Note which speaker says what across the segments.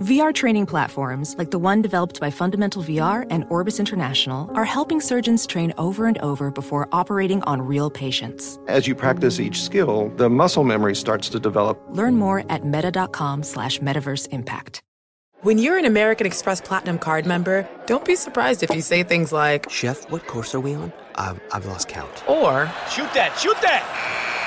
Speaker 1: VR training platforms, like the one developed by Fundamental VR and Orbis International, are helping surgeons train over and over before operating on real patients.
Speaker 2: As you practice each skill, the muscle memory starts to develop.
Speaker 1: Learn more at meta.com slash metaverse impact.
Speaker 3: When you're an American Express Platinum card member, don't be surprised if you say things like,
Speaker 4: Chef, what course are we on? I've, I've lost count.
Speaker 3: Or,
Speaker 5: Shoot that, shoot that!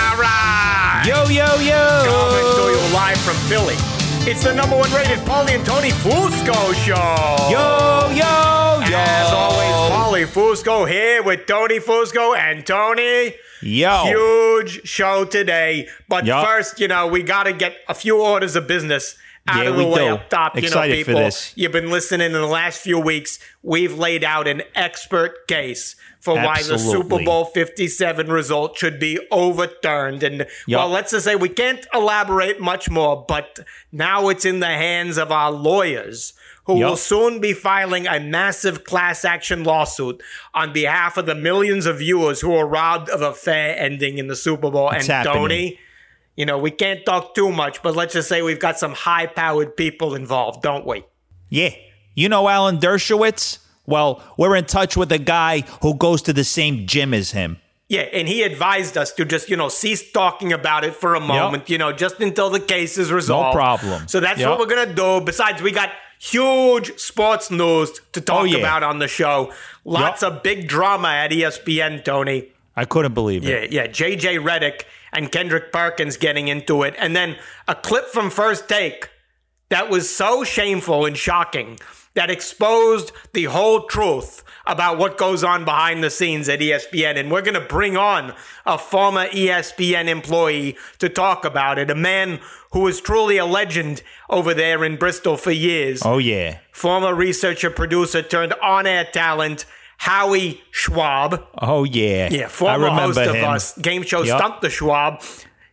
Speaker 5: all right!
Speaker 6: Yo, yo, yo!
Speaker 5: Coming to you live from Philly. It's the number one rated Paulie and Tony Fusco show.
Speaker 6: Yo, yo, yo!
Speaker 5: As always, Paulie Fusco here with Tony Fusco and Tony.
Speaker 6: Yo.
Speaker 5: Huge show today. But
Speaker 6: Yup.
Speaker 5: first, you know, we got to get a few orders of business out
Speaker 6: Yeah,
Speaker 5: of the
Speaker 6: we
Speaker 5: way
Speaker 6: do.
Speaker 5: up top.
Speaker 6: Excited
Speaker 5: you know,
Speaker 6: for
Speaker 5: people,
Speaker 6: this.
Speaker 5: you've been listening in the last few weeks. We've laid out an expert case for why the
Speaker 6: Absolutely.
Speaker 5: Super Bowl 57 result should be overturned. And,
Speaker 6: Yup.
Speaker 5: well, let's just say we can't elaborate much more, but now it's in the hands of our lawyers who
Speaker 6: Yup.
Speaker 5: will soon be filing a massive class action lawsuit on behalf of the millions of viewers who were robbed of a fair ending in the Super Bowl.
Speaker 6: It's
Speaker 5: and
Speaker 6: happening.
Speaker 5: Tony, you know, we can't talk too much, but let's just say we've got some high powered people involved, don't we?
Speaker 6: Yeah. You know Alan Dershowitz? Well, we're in touch with a guy who goes to the same gym as him.
Speaker 5: Yeah, and he advised us to just, you know, cease talking about it for a moment, you know, just until the case is resolved.
Speaker 6: problem.
Speaker 5: So that's
Speaker 6: Yep.
Speaker 5: what we're going to do. Besides, we got huge sports news to talk
Speaker 6: Oh, yeah.
Speaker 5: about on the show. Lots
Speaker 6: Yep.
Speaker 5: of big drama at E ESPN, Tony.
Speaker 6: I couldn't believe it.
Speaker 5: Yeah, yeah. JJ Reddick and Kendrick Perkins getting into it. And then a clip from first take that was so shameful and shocking that exposed the whole truth about what goes on behind the scenes at E ESPN. And we're going to bring on a former E ESPN employee to talk about it, a man who was truly a legend over there in Bristol for years
Speaker 6: Oh, yeah.
Speaker 5: former researcher producer turned on air talent Howie Schwab.
Speaker 6: Oh, yeah.
Speaker 5: Yeah,
Speaker 6: I
Speaker 5: former
Speaker 6: remember
Speaker 5: host of
Speaker 6: him.
Speaker 5: us game show
Speaker 6: Yep.
Speaker 5: Stump the Schwab,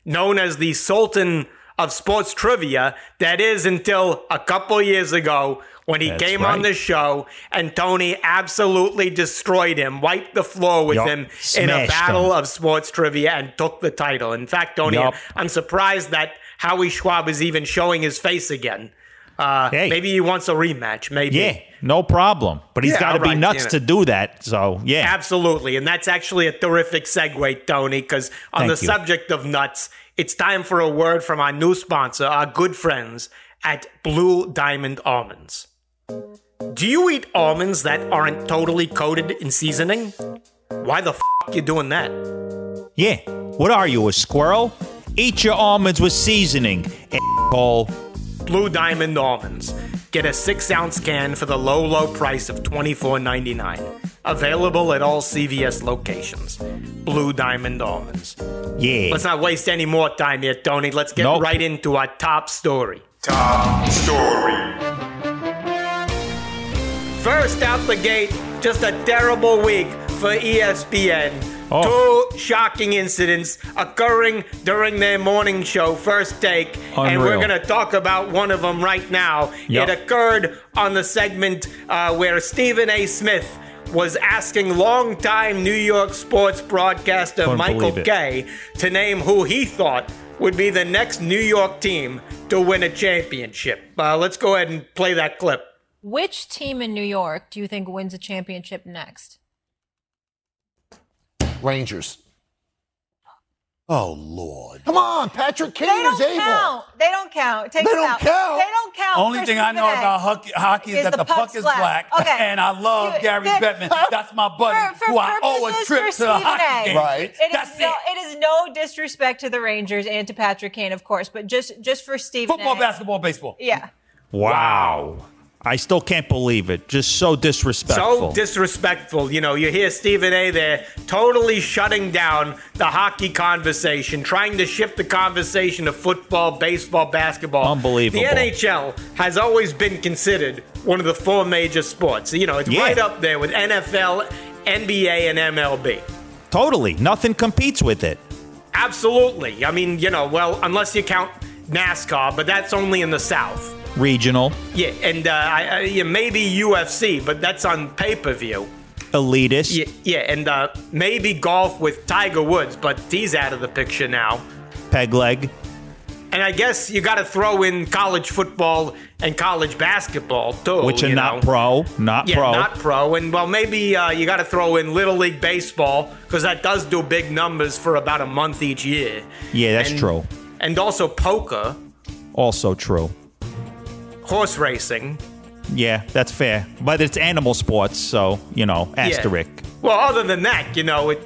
Speaker 5: known as the Sultan of Sports Trivia. That is until a couple years ago when he
Speaker 6: That's
Speaker 5: came on
Speaker 6: right.
Speaker 5: the show and Tony absolutely destroyed him, wiped the floor with
Speaker 6: Yup.
Speaker 5: him in a
Speaker 6: Smashed
Speaker 5: battle
Speaker 6: him.
Speaker 5: of sports trivia and took the title. In fact, Tony,
Speaker 6: Yup.
Speaker 5: I'm surprised that Howie Schwab is even showing his face again. Uh,
Speaker 6: Hey.
Speaker 5: Maybe he wants a rematch. Maybe.
Speaker 6: Yeah, no problem. But he's
Speaker 5: Yeah,
Speaker 6: got to be
Speaker 5: alright,
Speaker 6: nuts
Speaker 5: yeah.
Speaker 6: to do that. So, yeah.
Speaker 5: Absolutely. And that's actually a terrific segue, Tony, because on
Speaker 6: Thank
Speaker 5: the
Speaker 6: you.
Speaker 5: subject of nuts, it's time for a word from our new sponsor, our good friends at Blue Diamond Almonds. Do you eat almonds that aren't totally coated in seasoning? Why the f you doing that?
Speaker 6: Yeah. What are you, a squirrel? Eat your almonds with seasoning, a**hole.
Speaker 5: Blue Diamond Almonds. Get a six ounce can for the low, low price of $24.99. Available at all CVS locations. Blue Diamond Almonds.
Speaker 6: Yeah.
Speaker 5: Let's not waste any more time here, Tony. Let's get
Speaker 6: Nope.
Speaker 5: right into our top story.
Speaker 7: Top story.
Speaker 5: First out the gate, just a terrible week for E ESPN.
Speaker 6: Oh.
Speaker 5: Two shocking incidents occurring during their morning show, First Take. And we're
Speaker 6: Unreal.
Speaker 5: going to talk about one of them right now.
Speaker 6: Yep.
Speaker 5: It occurred on the segment uh, where Stephen A. Smith was asking longtime New York sports broadcaster
Speaker 6: Couldn't
Speaker 5: Michael
Speaker 6: believe it.
Speaker 5: Kay to name who he thought would be the next New York team to win a championship. Uh, let's go ahead and play that clip.
Speaker 8: Which team in New York do you think wins a championship next?
Speaker 9: Rangers.
Speaker 4: Oh, Lord.
Speaker 9: Come on, Patrick Kane
Speaker 8: They don't
Speaker 9: is able.
Speaker 8: count. They don't count. Take
Speaker 9: They
Speaker 8: them
Speaker 9: don't
Speaker 8: out.
Speaker 9: count.
Speaker 8: They don't count.
Speaker 10: Only
Speaker 8: for
Speaker 10: thing I know
Speaker 8: Stephen A.
Speaker 10: about hockey, hockey is, that the, puck, is black.
Speaker 8: Okay.
Speaker 10: And I love
Speaker 8: You-
Speaker 10: Gary
Speaker 8: that-
Speaker 10: Bettman. That's my buddy
Speaker 8: For, for
Speaker 10: who I owe a
Speaker 8: purposes
Speaker 10: trip
Speaker 8: for
Speaker 10: to the
Speaker 8: Stephen
Speaker 10: hockey
Speaker 8: A.
Speaker 10: game.
Speaker 9: Right.
Speaker 8: It is
Speaker 10: That's
Speaker 8: no,
Speaker 10: it.
Speaker 8: it is no disrespect to the Rangers and to Patrick Kane, of course, but just just for Stephen
Speaker 10: Football,
Speaker 8: A.
Speaker 10: basketball, baseball.
Speaker 8: Yeah.
Speaker 6: Wow. I still can't believe it. Just so disrespectful.
Speaker 5: So disrespectful. You know, you hear Stephen A there totally shutting down the hockey conversation, trying to shift the conversation to football, baseball, basketball.
Speaker 6: Unbelievable.
Speaker 5: The NHL has always been considered one of the four major sports. You know, it's
Speaker 6: Yeah.
Speaker 5: right up there with NFL, NBA, and MLB.
Speaker 6: totally. Nothing competes with it.
Speaker 5: Absolutely. I mean, you know, well, unless you count NASCAR, but that's only in the South.
Speaker 6: Regional,
Speaker 5: Yeah, and uh, I, I, yeah, maybe UFC, but that's on pay per view.
Speaker 6: elitist.
Speaker 5: Yeah, yeah, and uh, maybe golf with Tiger Woods, but he's out of the picture now.
Speaker 6: peg leg.
Speaker 5: And I guess you got to throw in college football and college basketball too,
Speaker 6: which are
Speaker 5: Oh, you
Speaker 6: not
Speaker 5: know.
Speaker 6: pro, not
Speaker 5: Yeah,
Speaker 6: pro.
Speaker 5: not pro. And well, maybe uh, you got to throw in little league baseball because that does do big numbers for about a month each year.
Speaker 6: yeah, that's
Speaker 5: And-
Speaker 6: true.
Speaker 5: And also poker,
Speaker 6: Also true.
Speaker 5: horse racing.
Speaker 6: Yeah, that's fair. But it's animal sports, so you know,
Speaker 5: Yeah.
Speaker 6: asterisk.
Speaker 5: Well, other than that, you know, it,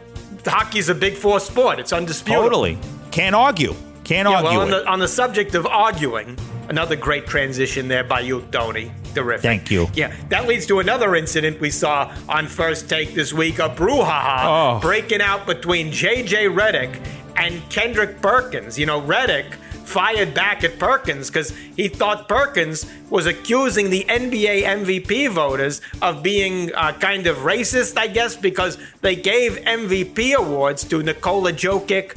Speaker 5: hockey's a big four sport. It's undisputed.
Speaker 6: Totally. Can't argue. Can't
Speaker 5: Yeah,
Speaker 6: argue.
Speaker 5: well, on
Speaker 6: it.
Speaker 5: the, on the subject of arguing, another great transition there by you, Tony. Terrific.
Speaker 6: Thank you.
Speaker 5: Yeah, that leads to another incident we saw on First Take this week a brouhaha
Speaker 6: Oh.
Speaker 5: breaking out between JJ Reddick and Kendrick Perkins. You know, Reddick fired back at Perkins because he thought Perkins was accusing the NBA MVP voters of being uh, kind of racist, I guess, because they gave MVP awards to Nikola Jokic,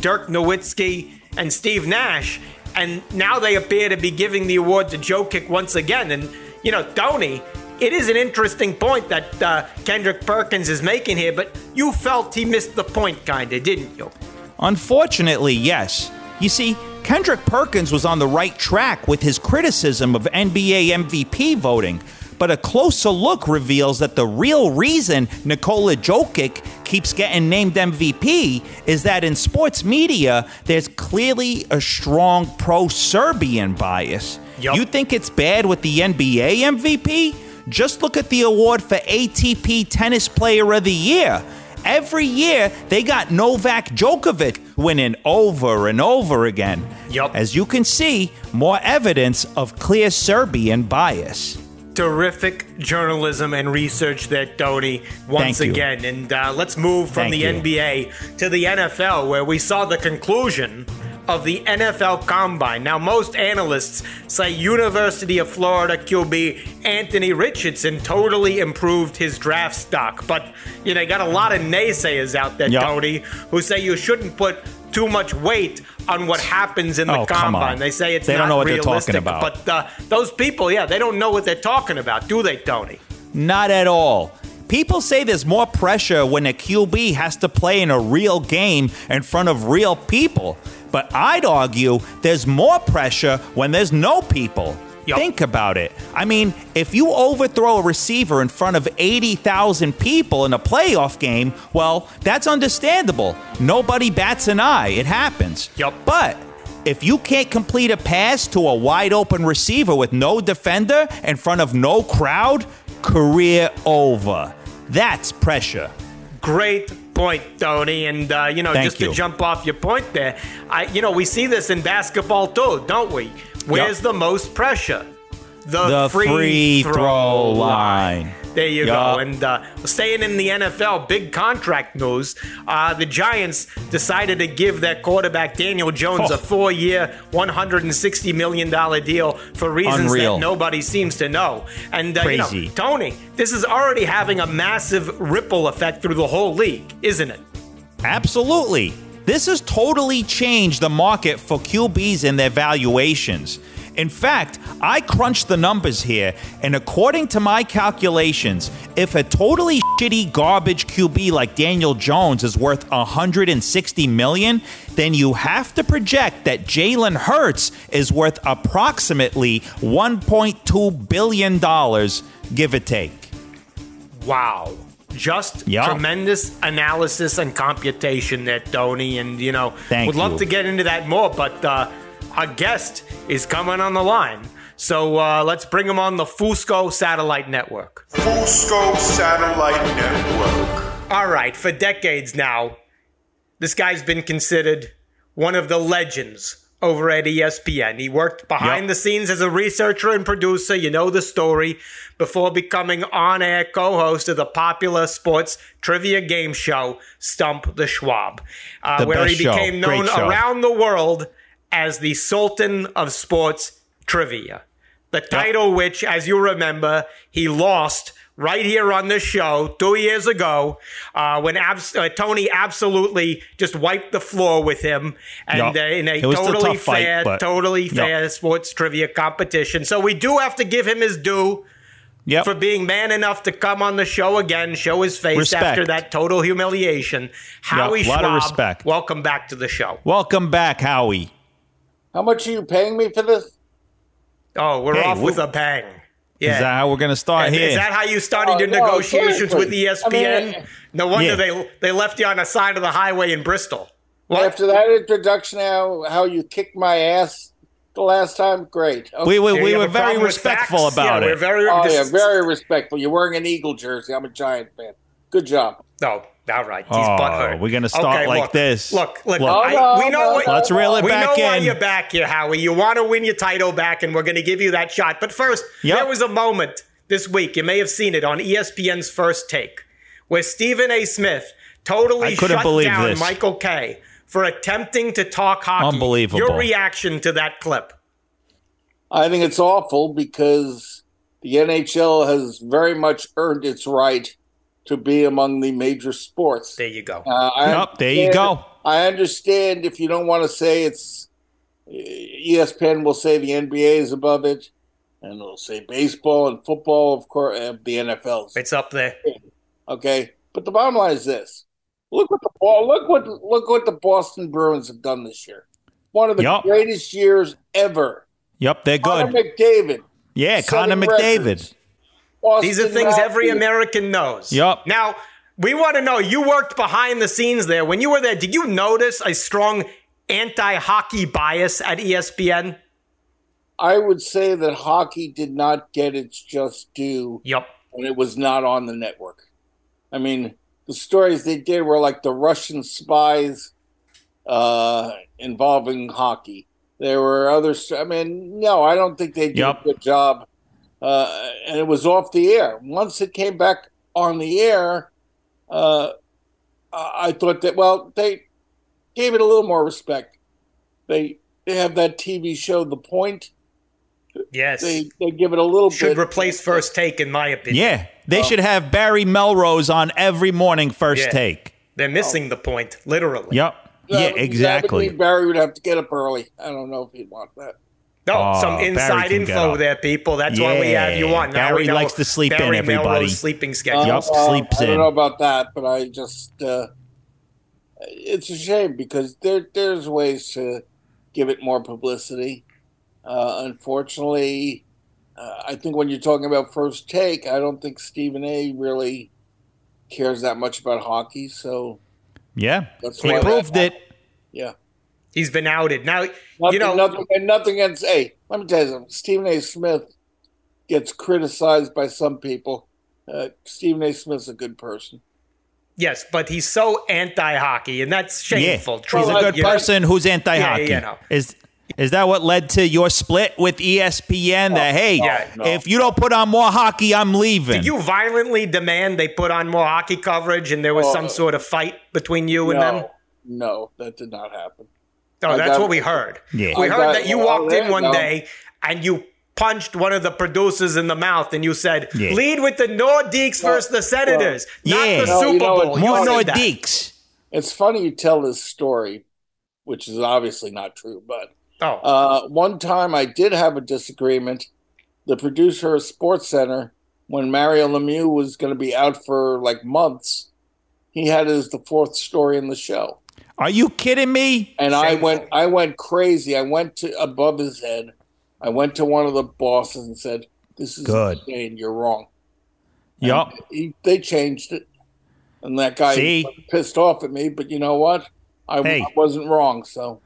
Speaker 5: Dirk Nowitzki, and Steve Nash, and now they appear to be giving the award to Joe Kick once again. And you know, Tony, it is an interesting point that uh, Kendrick Perkins is making here, but you felt he missed the point, kinda, didn't you?
Speaker 6: Unfortunately, yes. You see, Kendrick Perkins was on the right track with his criticism of NBA MVP voting, but a closer look reveals that the real reason Nikola Jokic keeps getting named MVP is that in sports media, there's clearly a strong pro Serbian bias.
Speaker 5: Yup.
Speaker 6: You think it's bad with the NBA MVP? Just look at the award for ATP Tennis Player of the Year. Every year, they got Novak Djokovic winning over and over again.
Speaker 5: Yup.
Speaker 6: As you can see, more evidence of clear Serbian bias.
Speaker 5: Terrific journalism and research there, Tony, once
Speaker 6: Thank you.
Speaker 5: again. And uh, let's move from
Speaker 6: Thank
Speaker 5: the
Speaker 6: you.
Speaker 5: NBA to the NFL, where we saw the conclusion of the NFL Combine. Now, most analysts say University of Florida QB Anthony Richardson totally improved his draft stock. But, you know, you got a lot of naysayers out there,
Speaker 6: Yup.
Speaker 5: Tony, who say you shouldn't put too much weight on what happens in the
Speaker 6: Oh, come on.
Speaker 5: combine. They say it's
Speaker 6: They
Speaker 5: not
Speaker 6: don't know what they're talking
Speaker 5: realistic,
Speaker 6: about.
Speaker 5: but uh, those people, yeah, they don't know what they're talking about, do they, Tony?
Speaker 6: Not at all. People say there's more pressure when a QB has to play in a real game in front of real people. But I'd argue there's more pressure when there's no people.
Speaker 5: Yup.
Speaker 6: Think about it. I mean, if you overthrow a receiver in front of 80,000 people in a playoff game, well, that's understandable. Nobody bats an eye. It happens.
Speaker 5: Yup.
Speaker 6: But if you can't complete a pass to a wide open receiver with no defender in front of no crowd, career over. That's pressure.
Speaker 5: Great point, Tony. And uh, you know,
Speaker 6: Thank
Speaker 5: just
Speaker 6: you.
Speaker 5: to jump off your point there, I, you know, we see this in basketball too, don't we? Where's
Speaker 6: Yep.
Speaker 5: the most pressure?
Speaker 6: The free throw line.
Speaker 5: There you
Speaker 6: Yeah.
Speaker 5: go. And uh, staying in the NFL, big contract news. Uh, the Giants decided to give their quarterback Daniel Jones
Speaker 6: Oh.
Speaker 5: a four-year, one hundred and sixty million dollar deal for reasons
Speaker 6: Unreal.
Speaker 5: that nobody seems to know. And uh, you
Speaker 6: Crazy.
Speaker 5: know, Tony, this is already having a massive ripple effect through the whole league, isn't it?
Speaker 6: Absolutely. This has totally changed the market for QBs and their valuations. In fact, I crunched the numbers here, and according to my calculations, if a totally shitty garbage QB like Daniel Jones is worth 160 million, then you have to project that Jalen Hurts is worth approximately 1.2 billion dollars, give or take.
Speaker 5: Wow. Just
Speaker 6: Yeah.
Speaker 5: tremendous analysis and computation there, Tony. And, you know,
Speaker 6: Thank
Speaker 5: would love
Speaker 6: you.
Speaker 5: to get into that more, but uh, our guest is coming on the line. So uh, let's bring him on the Fusco Satellite Network.
Speaker 7: Fusco Satellite Network.
Speaker 5: All right, for decades now, this guy's been considered one of the legends over at E ESPN. He worked behind
Speaker 6: Yep.
Speaker 5: the scenes as a researcher and producer, you know the story, before becoming on air co host of the popular sports trivia game show, Stump the Schwab, uh,
Speaker 6: The
Speaker 5: where he
Speaker 6: best show.
Speaker 5: became known
Speaker 6: Great show.
Speaker 5: around the world as the Sultan of Sports Trivia. The title, which, as you remember, he lost right here on this show two years ago uh, when abs- uh, Tony absolutely just wiped the floor with him and
Speaker 6: Yeah.
Speaker 5: uh, in a
Speaker 6: It was a
Speaker 5: totally
Speaker 6: tough fight,
Speaker 5: fair,
Speaker 6: but-
Speaker 5: totally
Speaker 6: Yeah.
Speaker 5: fair sports trivia competition. So we do have to give him his due
Speaker 6: Yep.
Speaker 5: for being man enough to come on the show again, show his face
Speaker 6: Respect.
Speaker 5: after that total humiliation. Howie
Speaker 6: lot of
Speaker 5: Schwab,
Speaker 6: respect.
Speaker 5: welcome back to the show.
Speaker 6: Welcome back, Howie.
Speaker 9: How much are you paying me for this?
Speaker 5: Oh, we're
Speaker 6: Hey,
Speaker 5: off
Speaker 6: we-
Speaker 5: with a bang. Yeah.
Speaker 6: Is that how we're going to start
Speaker 5: Is-
Speaker 6: here?
Speaker 5: Is that how you started your
Speaker 9: Oh, no,
Speaker 5: negotiations with E
Speaker 9: seriously. I mean,
Speaker 5: ESPN? no wonder
Speaker 6: Yeah.
Speaker 5: they they left you on the side of the highway in Bristol. What?
Speaker 9: After that introduction, how how you kicked my ass the last time? Great. Oh, Okay.
Speaker 6: we we,
Speaker 5: Do you
Speaker 6: we
Speaker 5: have
Speaker 6: were
Speaker 5: a problem
Speaker 6: very
Speaker 5: with
Speaker 6: respectful
Speaker 5: facts?
Speaker 6: about
Speaker 5: yeah,
Speaker 6: it.
Speaker 5: We're very.
Speaker 9: oh
Speaker 5: dis-
Speaker 9: yeah, very respectful. You're wearing an Eagle jersey. I'm a Giant fan. Good job.
Speaker 5: No, all right. He's
Speaker 6: Oh,
Speaker 5: butthurt.
Speaker 6: we're gonna start like
Speaker 5: look,
Speaker 6: this.
Speaker 5: Look, look.
Speaker 6: Look.
Speaker 5: I,
Speaker 9: Oh, no,
Speaker 5: we know.
Speaker 9: no,
Speaker 5: what,
Speaker 9: no,
Speaker 6: Let's reel it
Speaker 5: we
Speaker 6: back
Speaker 5: know why
Speaker 6: in.
Speaker 5: you're back here, Howie. You want to win your title back, and we're going to give you that shot. But first,
Speaker 6: Yep.
Speaker 5: there was a moment this week. You may have seen it on E ESPN's First Take, where Stephen A. Smith totally
Speaker 6: I couldn't
Speaker 5: shut
Speaker 6: believe
Speaker 5: down
Speaker 6: this.
Speaker 5: Michael Kay for attempting to talk hockey.
Speaker 6: Unbelievable.
Speaker 5: Your reaction to that clip?
Speaker 9: I think it's awful because the NHL has very much earned its right to be among the major sports.
Speaker 5: There you go.
Speaker 9: Uh, I
Speaker 6: Yep, there you
Speaker 9: understand-
Speaker 6: go.
Speaker 9: I understand if you don't want to say it's eh, E ESPN will say the NBA is above it, and they'll say baseball and football, of course, and the NFL's
Speaker 5: It's up there.
Speaker 9: okay. But the bottom line is this: look what the ball, look what look what the Boston Bruins have done this year. One of the
Speaker 6: Yep.
Speaker 9: greatest years ever.
Speaker 6: Yep, they're
Speaker 9: Connor
Speaker 6: Oh. good.
Speaker 9: McDavid.
Speaker 6: yeah, Connor
Speaker 9: setting
Speaker 6: McDavid.
Speaker 9: records. Austin
Speaker 5: These are things every
Speaker 9: Matthews.
Speaker 5: American knows.
Speaker 6: Yup.
Speaker 5: Now, we want to know you worked behind the scenes there. When you were there, did you notice a strong anti hockey bias at E ESPN?
Speaker 9: I would say that hockey did not get its just due
Speaker 5: Yup.
Speaker 9: when it was not on the network. I mean, the stories they did were like the Russian spies uh, involving hockey. There were other. st- I mean, no, I don't think they did
Speaker 6: Yep.
Speaker 9: a good job. Uh, and it was off the air. Once it came back on the air, uh, I I thought that well, they gave it a little more respect. They they have that TV show, The Point.
Speaker 5: Yes.
Speaker 9: They they give it a little
Speaker 5: Should
Speaker 9: bit.
Speaker 5: replace first take, in my opinion.
Speaker 6: Yeah,
Speaker 9: um,
Speaker 6: they should have Barry Melrose on every morning first
Speaker 5: Yeah.
Speaker 6: take.
Speaker 5: They're missing
Speaker 9: Oh.
Speaker 5: the point, literally.
Speaker 6: Yep.
Speaker 9: Uh,
Speaker 6: yeah,
Speaker 9: that would
Speaker 6: exactly.
Speaker 9: mean Barry would have to get up early. I don't know if he'd want that.
Speaker 5: No,
Speaker 6: Oh,
Speaker 5: some
Speaker 6: Barry
Speaker 5: inside
Speaker 6: can get
Speaker 5: info
Speaker 6: up.
Speaker 5: there, people. That's why we have you
Speaker 6: Yeah,
Speaker 5: on. Now
Speaker 6: Barry
Speaker 5: we know
Speaker 6: likes to sleep in,
Speaker 5: Barry
Speaker 6: everybody.
Speaker 5: Melrose sleeping schedule.
Speaker 6: Yup, sleeps
Speaker 9: Uh, I don't
Speaker 6: in.
Speaker 9: know about that, but I just uh, it's a shame because there there's ways to give it more publicity. Uh, unfortunately, uh, I think when you're talking about first take, I don't think Stephen A. really cares that much about hockey. So
Speaker 6: Yeah,
Speaker 9: That's
Speaker 6: he
Speaker 9: why that
Speaker 6: proved it.
Speaker 9: yeah,
Speaker 5: He's been outed. Now,
Speaker 9: nothing,
Speaker 5: you know,
Speaker 9: nothing, and nothing against. Hey, let me tell you something. Stephen A. Smith gets criticized by some people. Uh, Stephen A. Smith's a good person.
Speaker 5: yes, but he's so anti hockey, and that's
Speaker 6: Yeah,
Speaker 5: shameful.
Speaker 6: he's a
Speaker 5: truly,
Speaker 6: good
Speaker 5: you know?
Speaker 6: person who's anti-hockey.
Speaker 5: yeah, no.
Speaker 6: Is Is that what led to your split with E ESPN? That
Speaker 5: Oh,
Speaker 6: hey,
Speaker 5: yeah, no.
Speaker 6: if you don't put on more hockey, I'm leaving.
Speaker 5: Did you violently demand they put on more hockey coverage and there was
Speaker 9: Oh.
Speaker 5: some sort of fight between you and them?
Speaker 9: No, no, that did not happen.
Speaker 5: No,
Speaker 9: I
Speaker 5: that's
Speaker 9: got-
Speaker 5: what we heard.
Speaker 9: Yeah.
Speaker 5: We
Speaker 9: I
Speaker 5: heard
Speaker 9: got-
Speaker 5: that you
Speaker 9: well,
Speaker 5: walked in
Speaker 9: yeah,
Speaker 5: one
Speaker 9: no.
Speaker 5: day and you punched one of the producers in the mouth and you said,
Speaker 6: Yeah.
Speaker 5: lead with the Nordiques versus the Senators, not
Speaker 6: Yeah.
Speaker 5: the
Speaker 6: No,
Speaker 5: Super
Speaker 9: you know,
Speaker 5: Bowl.
Speaker 9: it's
Speaker 5: You
Speaker 9: funny-
Speaker 5: said
Speaker 9: More
Speaker 5: that.
Speaker 6: Nordiques.
Speaker 9: It's funny you tell this story, which is obviously not true, but
Speaker 5: Oh.
Speaker 9: uh, one time I did have a disagreement. The producer of Sports Center, when Mario Lemieux was going to be out for like months, he had it as the fourth story in the show.
Speaker 6: Are you kidding me?
Speaker 9: and I went I went crazy. I went to above his head. I went to one of the bosses and said, "This is
Speaker 6: Good.
Speaker 9: insane. You're wrong."
Speaker 6: Yup.
Speaker 9: He, they changed it, and that guy
Speaker 6: See?
Speaker 9: was pissed off at me. But you know what? I,
Speaker 5: Hey.
Speaker 9: I wasn't wrong. So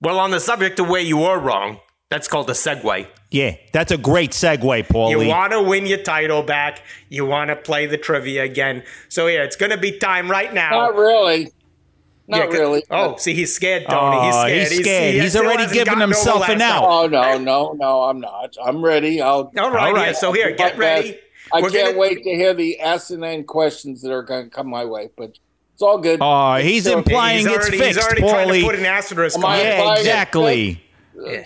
Speaker 5: Well, on the subject of where you were wrong, that's called a segue.
Speaker 6: Yeah, that's a great segue, Paulie.
Speaker 5: You want to win your title back. You want to play the trivia again. So yeah, it's going to be time right now.
Speaker 9: not really,
Speaker 5: Yeah,
Speaker 9: not
Speaker 5: 'cause-
Speaker 9: really.
Speaker 5: Oh, see, he's scared, Tony. he's
Speaker 6: Aw,
Speaker 5: scared.
Speaker 6: Uh, he's scared.
Speaker 5: he
Speaker 6: He's
Speaker 5: still
Speaker 6: already
Speaker 5: hasn't
Speaker 6: given
Speaker 5: gotten over
Speaker 6: himself
Speaker 5: last
Speaker 6: an
Speaker 5: time.
Speaker 6: out.
Speaker 9: Oh no, no, no! I'm not. I'm ready. I'll.
Speaker 5: All right,
Speaker 6: All right. yeah,
Speaker 5: so here,
Speaker 9: I'll do
Speaker 5: get
Speaker 9: my
Speaker 5: ready.
Speaker 9: best. I
Speaker 5: We're
Speaker 9: can't
Speaker 5: gonna-
Speaker 9: wait to hear the asinine questions that are going to come my way, but it's all good.
Speaker 6: Aw, he's
Speaker 9: It's okay.
Speaker 6: implying
Speaker 5: He's
Speaker 6: it's
Speaker 5: already,
Speaker 6: fixed,
Speaker 5: he's already trying
Speaker 6: Paulie.
Speaker 5: to put an asterisk
Speaker 9: Am
Speaker 5: on
Speaker 9: I
Speaker 5: it.
Speaker 9: Why
Speaker 6: yeah,
Speaker 9: is it Uh,
Speaker 6: exactly.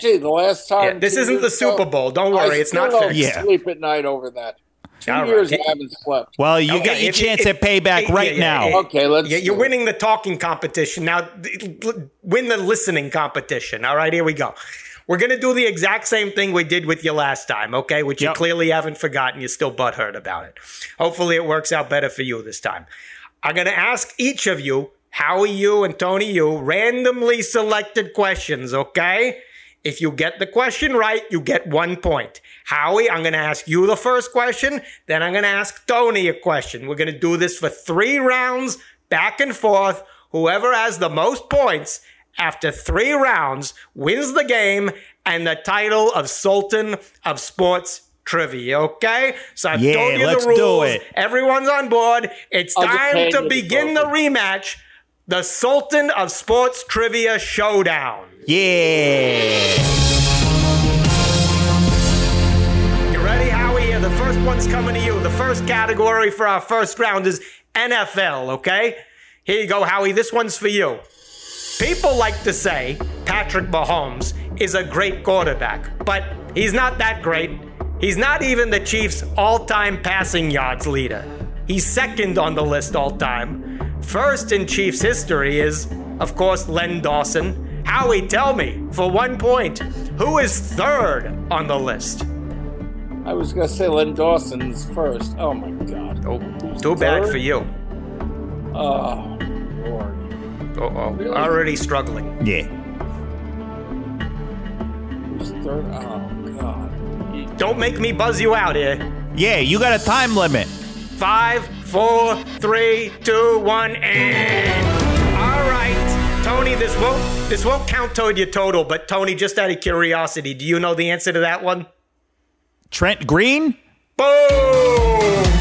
Speaker 9: Gee, the last time.
Speaker 5: Yeah, this
Speaker 9: two
Speaker 5: isn't
Speaker 9: years
Speaker 5: the Super
Speaker 9: ago,
Speaker 5: Bowl. Don't worry,
Speaker 9: I
Speaker 5: it's not
Speaker 9: still don't
Speaker 5: fixed.
Speaker 6: Yeah.
Speaker 9: Sleep at night over that. Two
Speaker 5: All right.
Speaker 9: years I haven't slept.
Speaker 6: Well, you
Speaker 5: Okay,
Speaker 6: got your
Speaker 5: if-
Speaker 6: chance
Speaker 5: if-
Speaker 6: at payback
Speaker 5: if- yeah,
Speaker 6: right
Speaker 5: yeah,
Speaker 6: now.
Speaker 5: yeah.
Speaker 9: Okay, let's.
Speaker 5: Yeah, you're
Speaker 9: do it.
Speaker 5: winning the talking competition. Now, th- l- win the listening competition. All right, here we go. We're going to do the exact same thing we did with you last time, okay? Which you
Speaker 6: Yep.
Speaker 5: clearly haven't forgotten. You're still butthurt about it. Hopefully, it works out better for you this time. I'm going to ask each of you, Howie, you, and Tony, you, randomly selected questions, okay? If you get the question right, you get one point. Howie, I'm going to ask you the first question, then I'm going to ask Tony a question. We're going to do this for three rounds, back and forth. Whoever has the most points after three rounds wins the game and the title of Sultan of Sports Trivia, okay? So I've
Speaker 6: Yeah,
Speaker 5: told you
Speaker 6: let's
Speaker 5: the
Speaker 6: do
Speaker 5: rules.
Speaker 6: it.
Speaker 5: Everyone's on board. It's
Speaker 9: I'll just
Speaker 5: time
Speaker 9: hand
Speaker 5: to
Speaker 9: you the
Speaker 5: begin the rematch. The Sultan of Sports Trivia Showdown.
Speaker 6: Yeah.
Speaker 5: You ready, Howie? Here, The first one's coming to you. The first category for our first round is NFL, okay? Here you go, Howie. This one's for you. People like to say Patrick Mahomes is a great quarterback, but he's not that great. He's not even the Chiefs' all time passing yards leader. He's second on the list all time. First in Chiefs history is, of course, Len Dawson. Howie, tell me, for one point, who is third on the list?
Speaker 9: I was gonna say Len Dawson's first. Oh my god.
Speaker 5: Oh, too bad
Speaker 9: Third?
Speaker 5: for you.
Speaker 9: Oh lord.
Speaker 5: Uh oh. Already struggling.
Speaker 6: Yeah.
Speaker 9: Who's third? Oh god.
Speaker 5: Don't make me buzz you out here.
Speaker 6: Yeah, you got a time limit.
Speaker 5: Five, four, three, two, one, and all right. Tony, this won't this won't count toward your total, but Tony, just out of curiosity, do you know the answer to that one?
Speaker 6: Trent Green?
Speaker 5: Boom!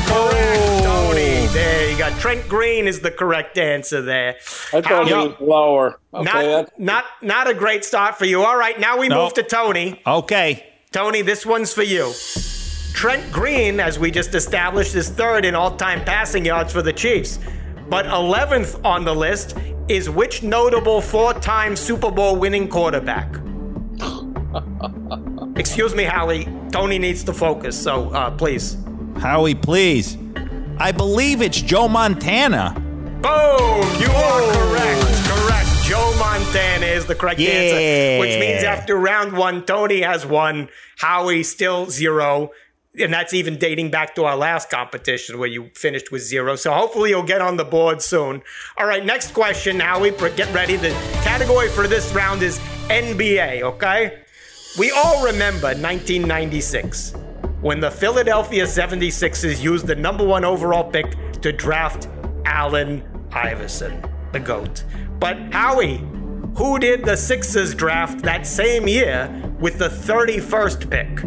Speaker 5: Correct, Tony. There you go. Trent Green is the correct answer there.
Speaker 9: I thought he
Speaker 5: Howie,
Speaker 9: was lower. Okay,
Speaker 5: not,
Speaker 9: that's
Speaker 5: not not a great start for you. All right, now we
Speaker 6: No.
Speaker 5: move to Tony.
Speaker 6: Okay.
Speaker 5: Tony, this one's for you. Trent Green, as we just established, is third in all time passing yards for the Chiefs. But 11th on the list is which notable four time Super Bowl winning quarterback? Excuse me, Howie. Tony needs to focus, so uh, please.
Speaker 6: Howie, please. I believe it's Joe Montana.
Speaker 5: Boom! You are correct. Correct. Joe Montana is the correct answer, which means
Speaker 6: Yeah.
Speaker 5: after round one, Tony has one, Howie still zero. And that's even dating back to our last competition where you finished with zero. So hopefully you'll get on the board soon. All right, next question, Howie. pr- Get ready. The category for this round is NBA, okay? We all remember 1996 when the Philadelphia 76ers used the number one overall pick to draft Allen Iverson, the GOAT. But Howie, who did the Sixers draft that same year with the 31st pick?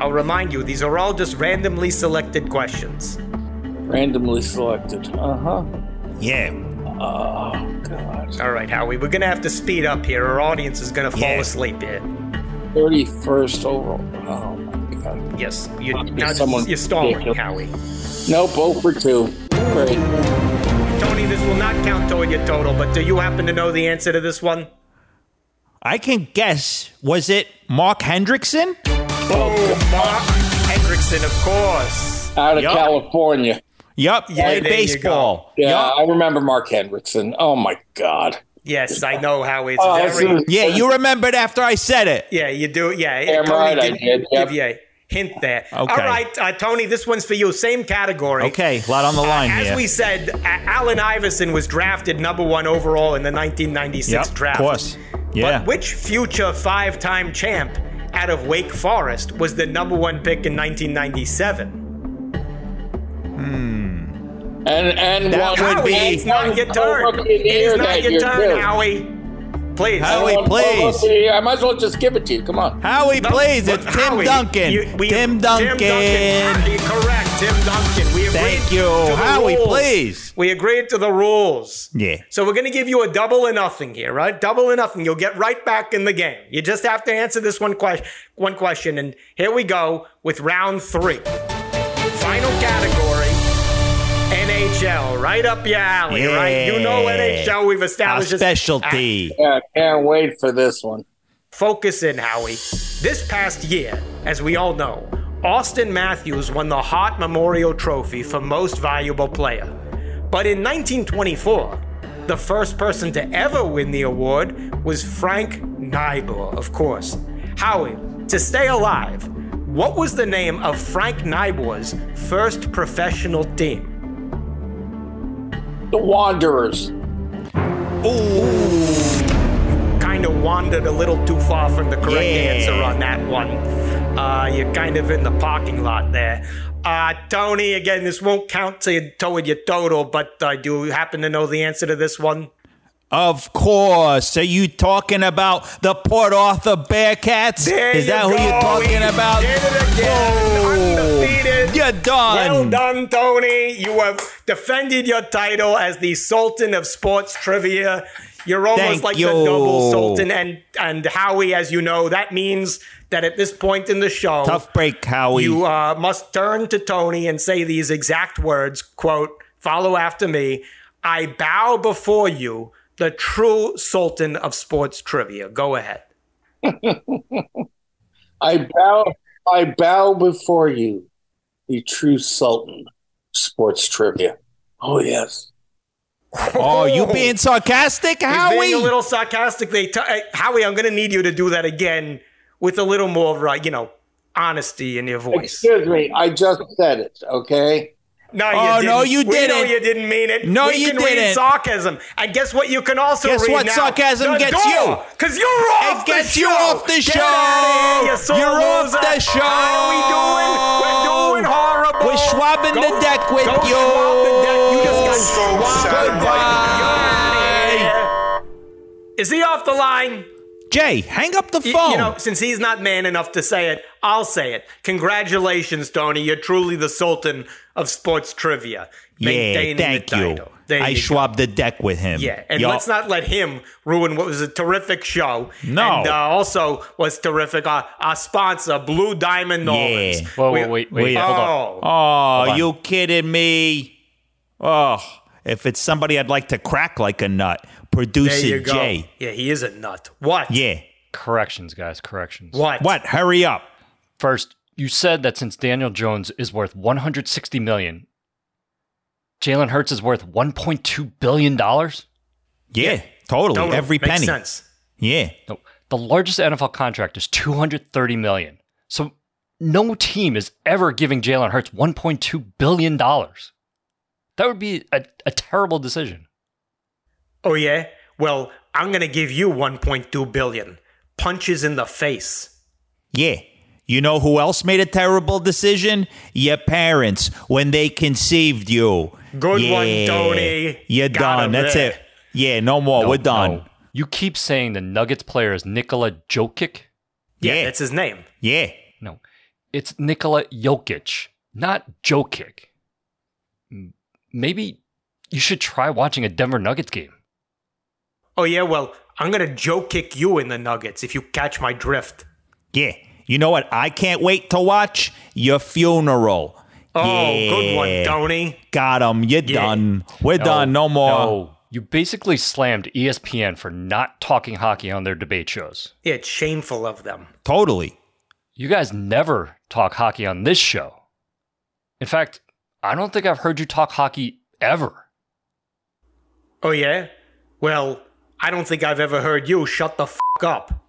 Speaker 5: I'll remind you, these are all just randomly selected questions.
Speaker 9: randomly selected. Uh huh.
Speaker 6: Yeah.
Speaker 9: Uh-huh. Oh god.
Speaker 5: All right, Howie, we're gonna have to speed up here. Our audience is gonna fall asleep here.
Speaker 9: 31st overall. Oh, my God.
Speaker 5: Yes,
Speaker 9: you,
Speaker 5: Now you're stalling, Howie.
Speaker 9: Nope, 0 for 2. Great.
Speaker 5: Tony, this will not count toward your total, but do you happen to know the answer to this one?
Speaker 6: I can guess. Was it Mark Hendrickson?
Speaker 5: Oh, Mark Hendrickson, of course.
Speaker 9: Out of
Speaker 5: Yup.
Speaker 9: California.
Speaker 6: Yep,
Speaker 5: Yeah, played there you baseball. go.
Speaker 9: Yeah, I remember Mark Hendrickson. Oh, my God.
Speaker 5: Yes, I know, Howie. It's
Speaker 9: Oh, I
Speaker 5: very.
Speaker 9: see. Yeah, you
Speaker 6: remembered after I said it.
Speaker 5: Yeah, you do. Yeah,
Speaker 9: Damn
Speaker 5: Tony
Speaker 9: right I did, yep.
Speaker 5: give you a hint there. All
Speaker 6: Okay.
Speaker 5: right, uh, Tony, this one's for you. Same category.
Speaker 6: Okay, a lot on the
Speaker 5: Uh,
Speaker 6: line
Speaker 5: as
Speaker 6: here.
Speaker 5: we said, A- Allen Iverson was drafted number one overall in the 1996
Speaker 6: Yep,
Speaker 5: draft.
Speaker 6: Of course. Yeah.
Speaker 5: But which future five time champ out of Wake Forest was the number one pick in 1997?
Speaker 6: Hmm.
Speaker 9: And, and
Speaker 6: That
Speaker 9: one-
Speaker 6: would be-
Speaker 5: It's not your turn.
Speaker 9: Rookie of the
Speaker 5: It's
Speaker 9: Year
Speaker 5: not
Speaker 9: that
Speaker 5: your
Speaker 9: year,
Speaker 5: turn,
Speaker 9: too.
Speaker 5: Howie. Please.
Speaker 6: Howie,
Speaker 9: One-
Speaker 6: please.
Speaker 9: Rookie of the Year. I might as well just give it to you. Come on.
Speaker 6: Howie, please. It's Tim
Speaker 5: Howie,
Speaker 6: Duncan.
Speaker 5: you- we-
Speaker 6: Tim Duncan.
Speaker 5: You're correct, Tim Duncan. We agreed
Speaker 6: Thank you.
Speaker 5: to the
Speaker 6: Howie,
Speaker 5: rules.
Speaker 6: please.
Speaker 5: We agreed to the rules.
Speaker 6: Yeah.
Speaker 5: So we're going to give you a double or nothing here, right? Double or nothing. You'll get right back in the game. You just have to answer this one question. One question, and here we go with round three. Final category. NHL, right up your alley, right? You know
Speaker 6: Yeah.
Speaker 5: NHL. We've established
Speaker 6: Our
Speaker 5: this.
Speaker 6: specialty.
Speaker 9: Yeah, I can't wait for this one.
Speaker 5: Focus in, Howie. This past year, as we all know, Austin Matthews won the Hart Memorial Trophy for Most Valuable Player. But in 1924, the first person to ever win the award was Frank Nybor, of course. Howie, to stay alive, what was the name of Frank Nybor's first professional team?
Speaker 9: The Wanderers.
Speaker 5: Kind of wandered a little too far from the correct
Speaker 6: Yeah.
Speaker 5: answer on that one. Uh, you're kind of in the parking lot there. Uh, Tony, again, this won't count to toward your total, but uh, do you happen to know the answer to this one?
Speaker 6: Of course. Are you talking about the Port Arthur Bearcats?
Speaker 5: There
Speaker 6: Is that
Speaker 5: you
Speaker 6: who
Speaker 5: go.
Speaker 6: you're
Speaker 5: He
Speaker 6: talking about? Oh,
Speaker 5: did it again. Undefeated.
Speaker 6: You're done.
Speaker 5: Well done, Tony. You have defended your title as the Sultan of Sports Trivia. You're almost
Speaker 6: Thank
Speaker 5: like
Speaker 6: you.
Speaker 5: the noble Sultan, and and Howie, as you know, that means that at this point in the show,
Speaker 6: Tough break, Howie.
Speaker 5: you uh, must turn to Tony and say these exact words, quote, follow after me. I bow before you, the true sultan of sports trivia. Go ahead.
Speaker 9: I bow. I bow before you, the true Sultan. Sports trivia. Oh yes.
Speaker 6: oh, you being sarcastic,
Speaker 5: He's
Speaker 6: Howie?
Speaker 5: being a little sarcastic. They t- uh, Howie, I'm going to need you to do that again with a little more, uh, you know, honesty in your voice.
Speaker 9: Excuse me. I just said it. Okay.
Speaker 5: No, you
Speaker 6: Oh,
Speaker 5: didn't.
Speaker 6: no, you
Speaker 5: We know
Speaker 6: didn't.
Speaker 5: you didn't mean it.
Speaker 6: No,
Speaker 5: we
Speaker 6: you
Speaker 5: can read
Speaker 6: didn't.
Speaker 5: sarcasm. And guess what? You can also
Speaker 6: Guess
Speaker 5: read
Speaker 6: what
Speaker 5: now?
Speaker 6: sarcasm
Speaker 5: the
Speaker 6: gets you.
Speaker 5: Because you're off the
Speaker 6: gets
Speaker 5: show.
Speaker 6: you off the
Speaker 5: Get
Speaker 6: show.
Speaker 5: out of here, you sore
Speaker 6: You're off
Speaker 5: loser.
Speaker 6: the show.
Speaker 5: How are we doing? We're doing horrible.
Speaker 6: We're swabbing
Speaker 5: Go-
Speaker 6: the deck with
Speaker 5: go
Speaker 6: you.
Speaker 5: swab the deck. You just got
Speaker 7: Scope
Speaker 5: swabbed.
Speaker 7: Saturday
Speaker 6: Goodbye.
Speaker 5: Is he off the line?
Speaker 6: Jay, hang up the
Speaker 5: Y-
Speaker 6: phone.
Speaker 5: You know, since he's not man enough to say it, I'll say it. Congratulations, Tony. You're truly the sultan of sports trivia.
Speaker 6: yeah,
Speaker 5: Maintaining the
Speaker 6: thank you.
Speaker 5: title. There
Speaker 6: I
Speaker 5: you go.
Speaker 6: swabbed the deck with him.
Speaker 5: Yeah, and
Speaker 6: Yo.
Speaker 5: let's not let him ruin what was a terrific show.
Speaker 6: No.
Speaker 5: and uh, also was terrific. Our, our sponsor, Blue Diamond Norlands.
Speaker 6: Yeah.
Speaker 10: Whoa,
Speaker 5: We-
Speaker 10: wait, wait, wait.
Speaker 6: Oh.
Speaker 10: Hold on.
Speaker 6: Oh,
Speaker 10: on.
Speaker 6: you kidding me? Oh, if it's somebody I'd like to crack like a nut,
Speaker 5: there you
Speaker 6: producer
Speaker 5: go.
Speaker 6: Jay.
Speaker 5: Yeah, he is a nut. What?
Speaker 6: Yeah.
Speaker 11: Corrections, guys. Corrections.
Speaker 5: What?
Speaker 6: What? Hurry up.
Speaker 11: First, you said that since Daniel Jones is worth 160 million, Jalen Hurts is worth 1.2 billion dollars.
Speaker 6: Yeah, totally.
Speaker 5: Totally.
Speaker 6: Every
Speaker 5: Makes
Speaker 6: penny.
Speaker 5: sense.
Speaker 6: Yeah.
Speaker 11: No, the largest NFL contract is 230 million. So no team is ever giving Jalen Hurts 1.2 billion dollars. That would be a, a terrible decision.
Speaker 5: Oh yeah. Well, I'm gonna give you 1.2 billion punches in the face.
Speaker 6: Yeah. You know who else made a terrible decision? Your parents when they conceived you.
Speaker 5: Good
Speaker 6: yeah.
Speaker 5: one, Tony.
Speaker 6: You're
Speaker 5: Got
Speaker 6: done.
Speaker 5: him
Speaker 6: That's
Speaker 5: there.
Speaker 6: it. Yeah, no more.
Speaker 11: No,
Speaker 6: We're done.
Speaker 11: no. You keep saying the Nuggets player is Nikola Jokic.
Speaker 5: Yeah,
Speaker 6: Yeah.
Speaker 5: that's his name.
Speaker 6: Yeah.
Speaker 11: No, it's Nikola Jokic, not Jokic. M- Maybe you should try watching a Denver Nuggets game.
Speaker 5: Oh yeah, well, I'm gonna joke kick you in the nuggets if you catch my drift.
Speaker 6: Yeah. You know what? I can't wait to watch your funeral.
Speaker 5: Oh, good one,
Speaker 6: Yeah.
Speaker 5: Tony.
Speaker 6: Got him. You're
Speaker 12: Yeah.
Speaker 6: done. We're done. No more.
Speaker 12: No. You basically slammed E ESPN for not talking hockey on their debate shows.
Speaker 5: Yeah, it's shameful of them.
Speaker 6: Totally.
Speaker 12: You guys never talk hockey on this show. In fact, I don't think I've heard you talk hockey ever.
Speaker 5: Oh yeah? Well, I don't think I've ever heard you shut the f up.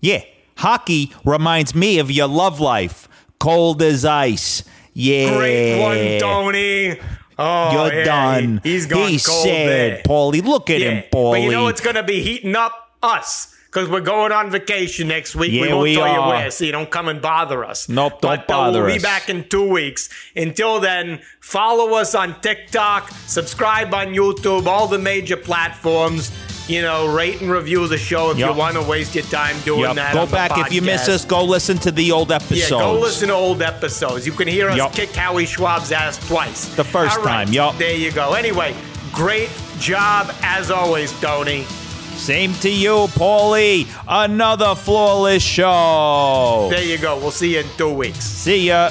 Speaker 6: Yeah. Hockey reminds me of your love life. Cold as ice. Yeah.
Speaker 5: Great one, Tony. Oh,
Speaker 6: You're
Speaker 5: yeah,
Speaker 6: done.
Speaker 5: He, has gone
Speaker 6: He
Speaker 5: cold
Speaker 6: said,
Speaker 5: there.
Speaker 6: Paulie, look at him, Paulie.
Speaker 5: But you know it's going to be heating up us because we're going on vacation next week. we
Speaker 6: Yeah,
Speaker 5: won't
Speaker 6: we
Speaker 5: tell
Speaker 6: are.
Speaker 5: you where, so you don't come and bother us.
Speaker 6: Nope, don't
Speaker 5: but, uh,
Speaker 6: bother
Speaker 5: We'll be
Speaker 6: us.
Speaker 5: back in two weeks. Until then, follow us on TikTok, subscribe on YouTube, all the major platforms. You know, rate and review the show if
Speaker 6: Yup.
Speaker 5: you want to waste your time doing
Speaker 6: Yup.
Speaker 5: that.
Speaker 6: Go
Speaker 5: on the
Speaker 6: back if you miss
Speaker 5: podcast.
Speaker 6: us. Go listen to the old episodes.
Speaker 5: Yeah, go listen to old episodes. You can hear us
Speaker 6: Yup.
Speaker 5: kick Howie Schwab's ass twice.
Speaker 6: The first
Speaker 5: All right,
Speaker 6: time, yup.
Speaker 5: There you go. Anyway, great job as always, Tony.
Speaker 6: Same to you, Paulie. Another flawless show.
Speaker 5: There you go. We'll see you in two weeks.
Speaker 6: See ya.